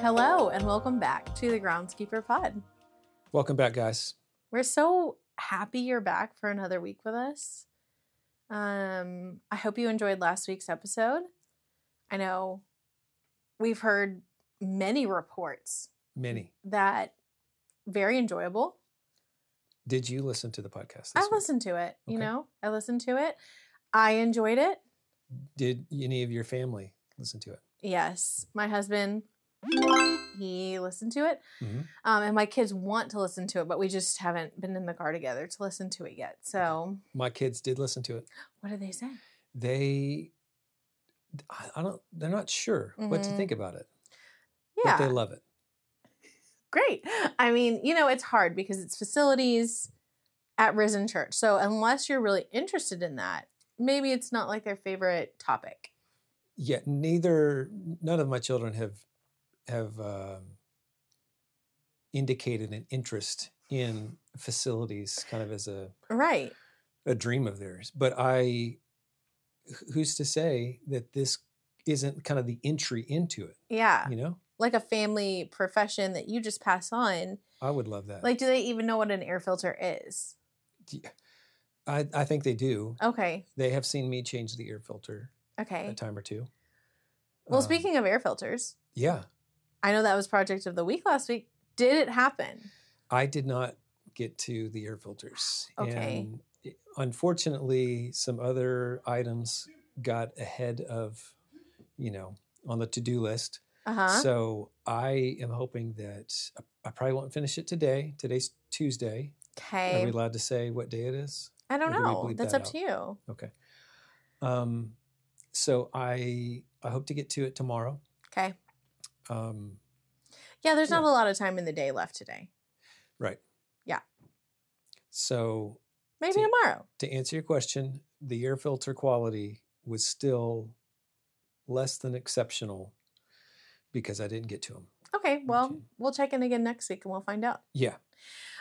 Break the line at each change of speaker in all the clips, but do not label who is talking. Hello, and welcome back to the Groundskeeper Pod.
Welcome back, guys.
We're so happy you're back for another week with us. Um, I hope you enjoyed last week's episode. I know we've heard many reports
Many.
that very enjoyable.
Did you listen to the podcast?
I
this week?
listened to it, you
Okay.
know. I listened to it. I enjoyed it.
Did any of your family listen to it?
Yes, my husband he listened to it.
Mhm.
Um, and my kids want to listen to it, but we just haven't been in the car together to listen to it yet. So,
My kids did listen to it.
what do they say?
They, I I don't. They're not sure what to
Mhm.
think about it,
Yeah.
but they love it.
great. I mean, you know, it's hard because it's facilities at Risen Church. So unless you're really interested in that, maybe it's not like their favorite topic.
Yet neither, none of my children have have um, indicated an interest in facilities, kind of as a
Right.
a dream of theirs. But I, who's to say that this isn't kind of the entry into it?
Yeah.
You know,
Like a family profession that you just pass on.
I would love that.
Like, do they even know what an air filter is?
D- I, I think they do.
Okay.
They have seen me change the air filter a
Uh Okay.
time or two.
Well,
Um,
speaking of air filters,
yeah,
I know that was project of the week last week. Did it happen?
I did not get to the air filters.
Okay.
And it- unfortunately, some other items got ahead of, you know, on the to do list.
Uh huh.
So I am hoping that uh, I probably won't finish it today. Today's Tuesday. Are
Okay.
we allowed to say what day it is?
I don't
or do we
know.
bleep
That's
that
up
out?
to you.
Okay. Um, so I I hope to get to it tomorrow.
Okay.
Um,
Yeah, there's not
Yeah.
a lot of time in the day left today.
right.
Yeah.
So
Maybe
Dude.
tomorrow.
to answer your question, the air filter quality was still less than exceptional because I didn't get to them.
Okay, well,
Okay.
we'll check in again next week and we'll find out.
Yeah.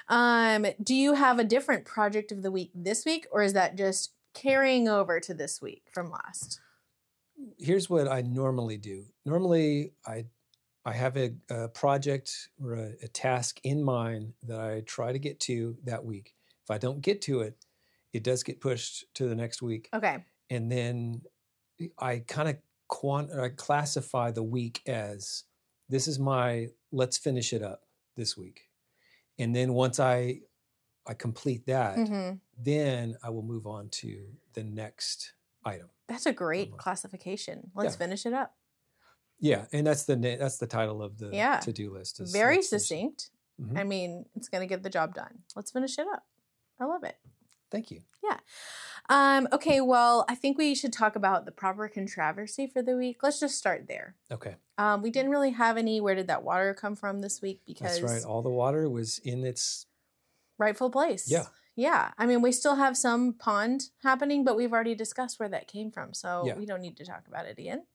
Um, do you have a different project of the week this week, or is that just carrying over to this week from last?
Here's what I normally do. Normally, I I have a, a project or a, a task in mind that I try to get to that week. If I don't get to it, it does get pushed to the next week.
Okay,
and then I kind of quant or I classify the week as this is my let's finish it up this week, and then once I I complete that,
hmm
then I will move on to the next item.
that's a great
Mhm.
classification. Let's
Yeah.
finish it up.
Yeah, and that's the na- that's the title of the
Yeah.
to do list. is
Very
let's finish it.
succinct.
Mhm.
I mean, it's going to get the job done. Let's finish it up. I love it.
Thank you.
Um, okay, well, I think we should talk about the proper controversy for the week. Let's just start there.
Okay,
Um, we didn't really have any. Where did that water come from this week? Because
that's right. All the water was in its
rightful place.
Yeah.
Yeah. I mean, we still have some pond happening, but we've already discussed where that came from. So
Yeah.
we don't need to talk about it again.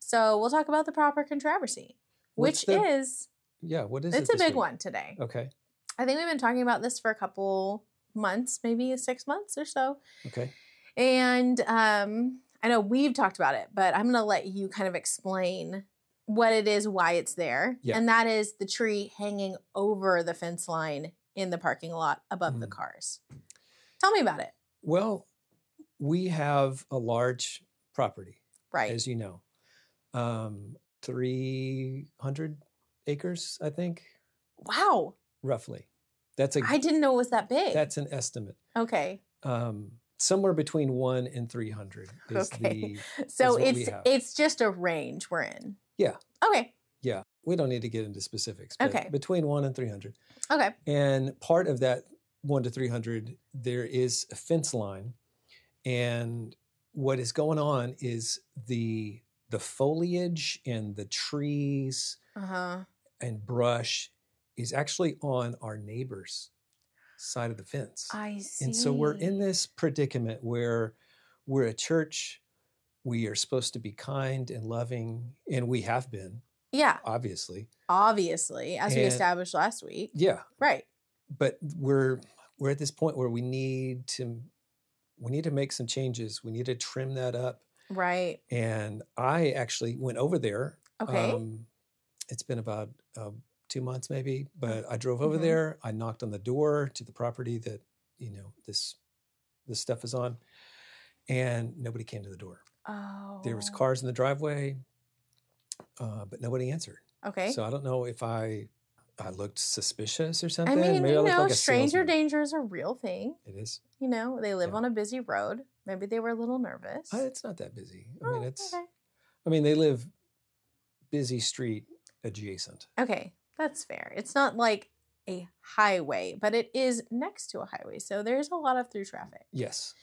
So we'll talk about the proper controversy, which
What's the-
is,
yeah. What is it
it's a
this
big
week? Oh.
one today.
Okay,
I think we've been talking about this for a couple months, maybe six months or so.
okay.
And um, I know we've talked about it, but I'm going to let you kind of explain what it is, why it's there.
Yeah.
And that is the tree hanging over the fence line in the parking lot above the
Mm.
cars. Tell me about it.
Well, we have a large property.
Right.
as you know. Um, 300 acres, I think,
wow.
roughly. That's a
I didn't know it was that big.
that's an estimate.
okay.
Um, somewhere between 1 and 300 is
Okay.
the
So
what we
it's
have.
it's just a range we're in.
Yeah.
Okay.
yeah, we don't need to get into specifics, but
Okay.
between 1 and 300.
Okay.
And part of that 1 to 300 there is a fence line and what is going on is the the foliage and the trees
Uh-huh.
and brush is actually on our neighbor's side of the fence.
I see.
and so we're in this predicament where we're a church, we are supposed to be kind and loving, and we have been,
Yeah,
obviously.
obviously, as we
And-
established last week.
Yeah,
Right.
but we're we're at this point where we need to we need to make some changes. We need to trim that up.
Right.
And I actually went over there
Okay.
um, it's been about um, two months
Mm,
maybe, but I drove over
Mhm.
there. I knocked on the door to the property that you know this this stuff is on, and nobody came to the door.
Oh.
There was cars in the driveway, uh, but nobody answered.
Okay.
So I don't know if I I looked suspicious or
I
something.
mean,
Maybe I
you
looked
know,
like a
stranger
salesman.
danger is a real thing.
It is.
You know, they live
Yeah.
on a busy road. Maybe they were a little nervous.
Uh, It's not that busy. I
Oh,
mean, it's.
okay.
I mean, they live busy street adjacent.
Okay, that's fair. It's not like a highway, but it is next to a highway, so there's a lot of through traffic.
Yes,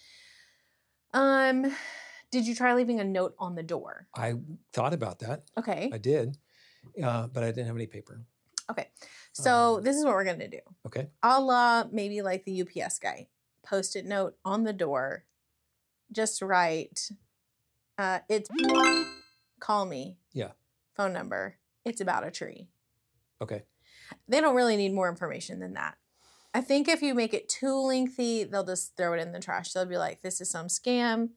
Um, did you try leaving a note on the door?
I thought about that.
Okay.
I did, uh, but I didn't have any paper.
Okay. So
Um,
this is what we're gonna do.
Okay.
A la maybe like the UPS guy. Post it note on the door. Just write uh it's call me.
Yeah.
Phone number. It's about a tree.
Okay.
They don't really need more information than that. I think if you make it too lengthy, they'll just throw it in the trash. They'll be like, this is some scam.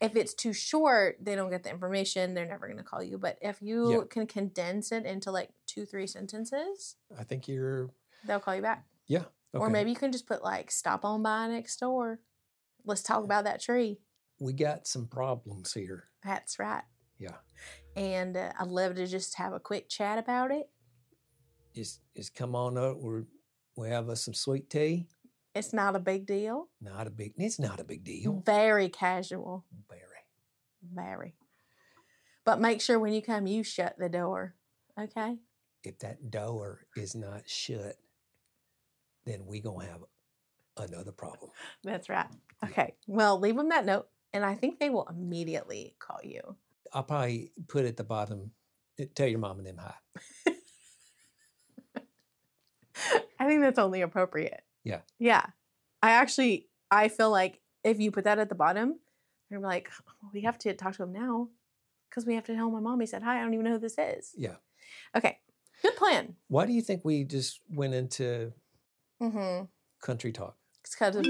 If it's too short, they don't get the information. They're never going to call you. But if you
Yeah.
can condense it into like two, three sentences,
I think you're.
they'll call you back. Or
okay.
maybe you can just put like stop on by next door. Let's talk about that tree.
we got some problems here.
That's right.
Yeah.
And uh, I'd love to just have a quick chat about it.
Is is come on up. We are we have us some sweet tea.
It's not a big deal.
Not a big. It's not a big deal.
Very casual.
Barry.
Very. But make sure when you come, you shut the door. Okay.
If that door is not shut, then we gonna have another problem.
That's right. Okay. Well, leave them that note, and I think they will immediately call you.
I'll probably put at the bottom. eh, Tell your mom and them hi.
I think that's only appropriate.
Yeah.
Yeah. I actually I feel like if you put that at the bottom, they're like, "Oh, we have to talk to him now because we have to tell my mom he said hi. I don't even know who this is.
Yeah.
Okay. Good plan.
Why do you think we just went into
Mm-hmm.
country talk?
It's kind of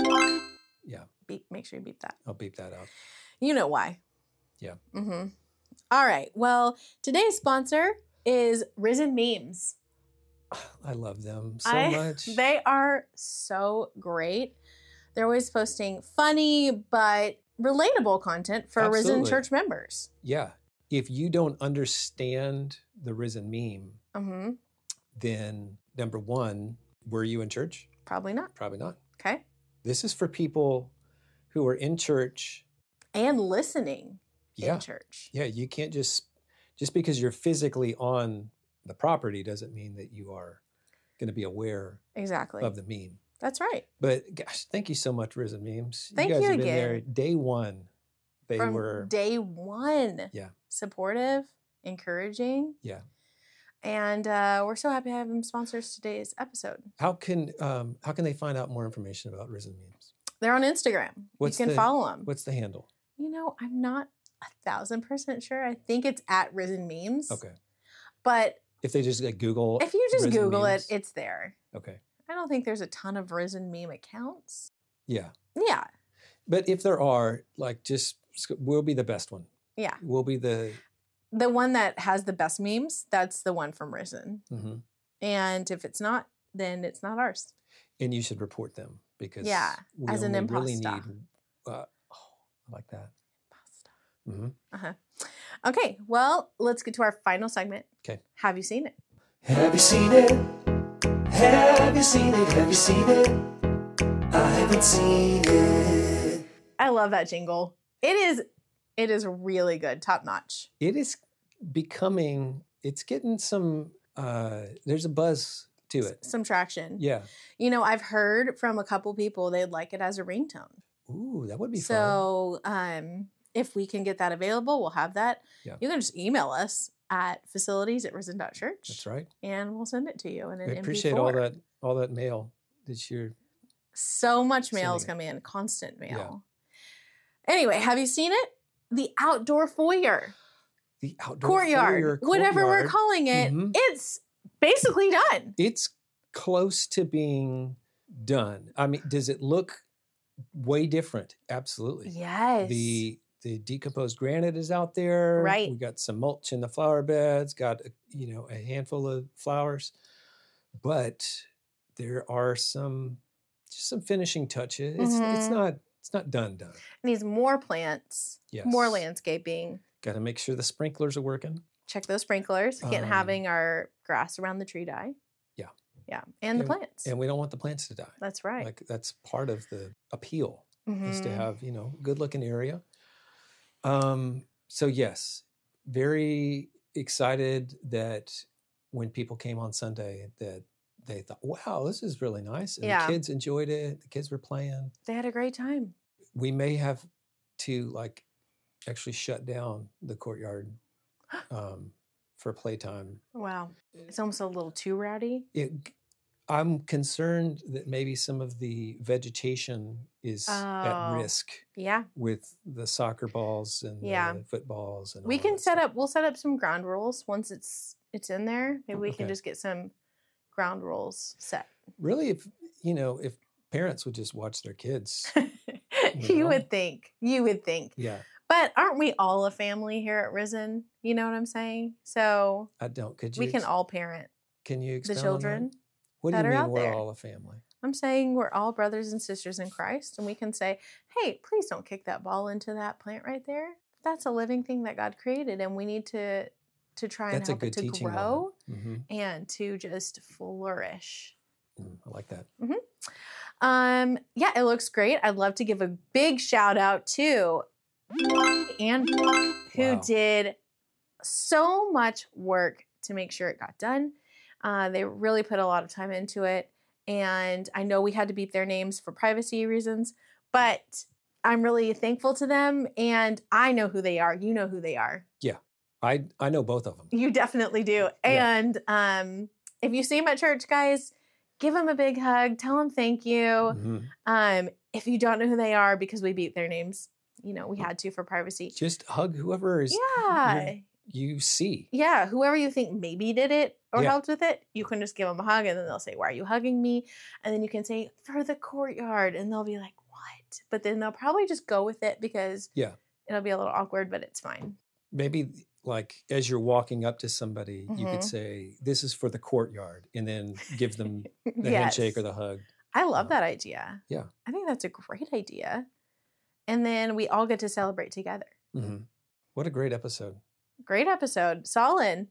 Yeah.
Beep, make sure you beep that.
I'll beep that out.
You know why.
Yeah.
Mm-hmm. All right. Well, today's sponsor is Risen Memes.
I love them so
I-
much.
They are so great. They're always posting funny but relatable content for Risen
Absolutely.
Church members.
yeah. If you don't understand the risen meme,
hmm
then number one, were you in church?
Probably not.
Probably not.
Okay.
This is for people who are in church.
And listening
Yeah.
in church.
Yeah. You can't just, just because you're physically on the property doesn't mean that you are going to be aware
Exactly.
of the meme.
That's right.
But gosh, thank you so much, Risen Memes.
Thank
you guys
you
have been there day one. They
From
were
day one.
Yeah.
Supportive, encouraging.
Yeah.
And uh, we're so happy to have them sponsors today's episode.
how can um, how can they find out more information about Risen Memes?
They're on Instagram.
What's
you can
the-
follow them.
What's the handle?
you know, I'm not a thousand percent sure. I think it's at Risen Memes.
Okay.
But
If they just like Google
If you just
Risen
Google
memes?
it, it's there.
Okay.
I don't think there's a ton of risen meme accounts.
Yeah.
Yeah,
But if there are, like just sc- we'll be the best one.
yeah.
We'll be the
The one that has the best memes, that's the one from Risen.
mhm.
And if it's not, then it's not ours.
and you should report them because
Yeah,
we
as an
only really need
imposta.
uh, oh, I like that. hmm
Okay, well, let's get to our final segment.
'Kay.
Have you seen it?
Have you seen it? Have you seen it? Have you seen it? I haven't seen it.
I love that jingle. It is it is really good, top notch.
It is becoming. It's getting some. uh There's a buzz to it.
Some traction.
Yeah.
You know, I've heard from a couple people they'd like it as a ringtone.
Ooh, that would be fun.
so um, if we can get that available, we'll have that.
Yeah.
You can just email us at facilities at risen.church
That's right.
and we'll send it to you in an
I appreciate
MP4.
all that all that mail that you're
So much mail is
Sending
coming in, constant
Yeah.
mail. Anyway, have you seen it? The outdoor foyer,
the outdoor
courtyard,
foyer,
whatever we're
courtyard.
calling it,
Mhm.
it's basically done.
It's close to being done. I mean, does it look way different? Absolutely.
Yes.
The the decomposed granite is out there.
Right.
We got some mulch in the flower beds. Got a, you know a handful of flowers, but there are some just some finishing touches. It's it's
Mhm.
not it's not done done.
needs more plants,
Yes.
more landscaping.
Got to make sure the sprinklers are working.
Check those sprinklers. We Can't
Um,
having our grass around the tree die.
Yeah.
Yeah. And the plants.
And we don't want the plants to die.
That's right.
Like that's part of the appeal. is to
Mhm.
have you know good looking area um so yes very excited that when people came on sunday that they thought wow this is really nice and
Yeah.
the kids enjoyed it the kids were playing
They had a great time.
we may have to like actually shut down the courtyard um for playtime
Wow. It's almost a little too rowdy.
it, i'm concerned that maybe some of the vegetation is at
Oh.
risk
Yeah.
with the soccer balls and
Yeah.
the footballs and
We
all
can
that
set
stuff.
up we'll set up some ground rules once it's it's in there. Maybe we can
Okay.
just get some ground rules set.
really if you know if parents would just watch their kids
you
know?
would think. You would think.
yeah
But aren't we all a family here at Risen? You know what I'm saying? So
i don't could you
we can
ex-
all parent
can you
the
expound on that?
children.
what do
that
you
are
mean
out
we're
there.
all a family
I'm saying we're all brothers and sisters in Christ, and we can say, hey, please don't kick that ball into that plant right there. That's a living thing that God created, and we need to to try and
that's a
help
good
it to
teaching
grow
hmm
and to just flourish.
Mm, i like that
Um, yeah, it looks great. I'd love to give a big shout out to and who
Wow.
did so much work to make sure it got done. Uh, they really put a lot of time into it, and I know we had to beep their names for privacy reasons, but I'm really thankful to them, and I know who they are. You know who they are.
i i know both of them
You definitely do.
Yeah.
And um, if you see them at church, guys, give them a big hug. Tell them thank you.
Mhm.
Um, if you don't know who they are because we beat their names, you know, we
Mm.
had to for privacy.
just hug whoever is
Yeah.
you see
Yeah. Whoever you think maybe did it or
Yeah.
helped with it, you can just give them a hug and then they'll say, Why are you hugging me? And then you can say, For the courtyard. And they'll be like, What? But then they'll probably just go with it because
Yeah.
it'll be a little awkward, but it's fine.
maybe like as you're walking up to somebody you could
Mhm.
say this is for the courtyard and then give them the handshake or the hug
I love
Um,
that idea.
yeah.
I think that's a great idea. And then we all get to celebrate together. Mm.
Mhm. what a great episode
Great episode. Solid.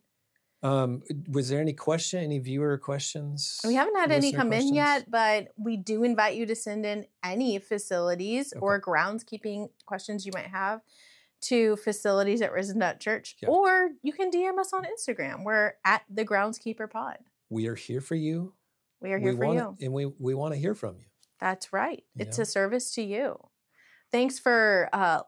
Um, was there any question, any viewer questions?
We haven't had any
listener
come in
questions?
yet, but we do invite you to send in any facilities or groundskeeping questions you might have to facilities at risen.church.
Yeah.
Or you can DM us on Instagram. We're at the groundskeeper pod.
We are here for you.
We are here
we
for
wanna,
you.
and we we want to hear from you.
That's right.
You
It's
know?
a service to you. Thanks for uh,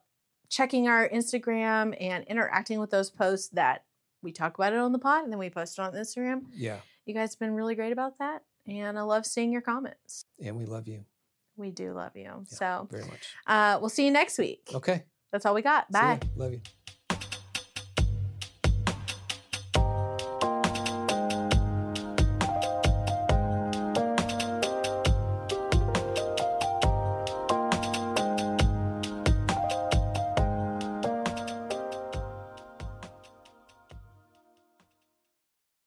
checking our Instagram and interacting with those posts that we talk about it on the pod and then we post it on Instagram.
Yeah,
You guys have been really great about that. And I love seeing your comments.
and we love you
We do love you.
Yeah,
So
very much.
uh, we'll see you next week.
Okay, see
That's all we got.
ya.
Bye.
Love you.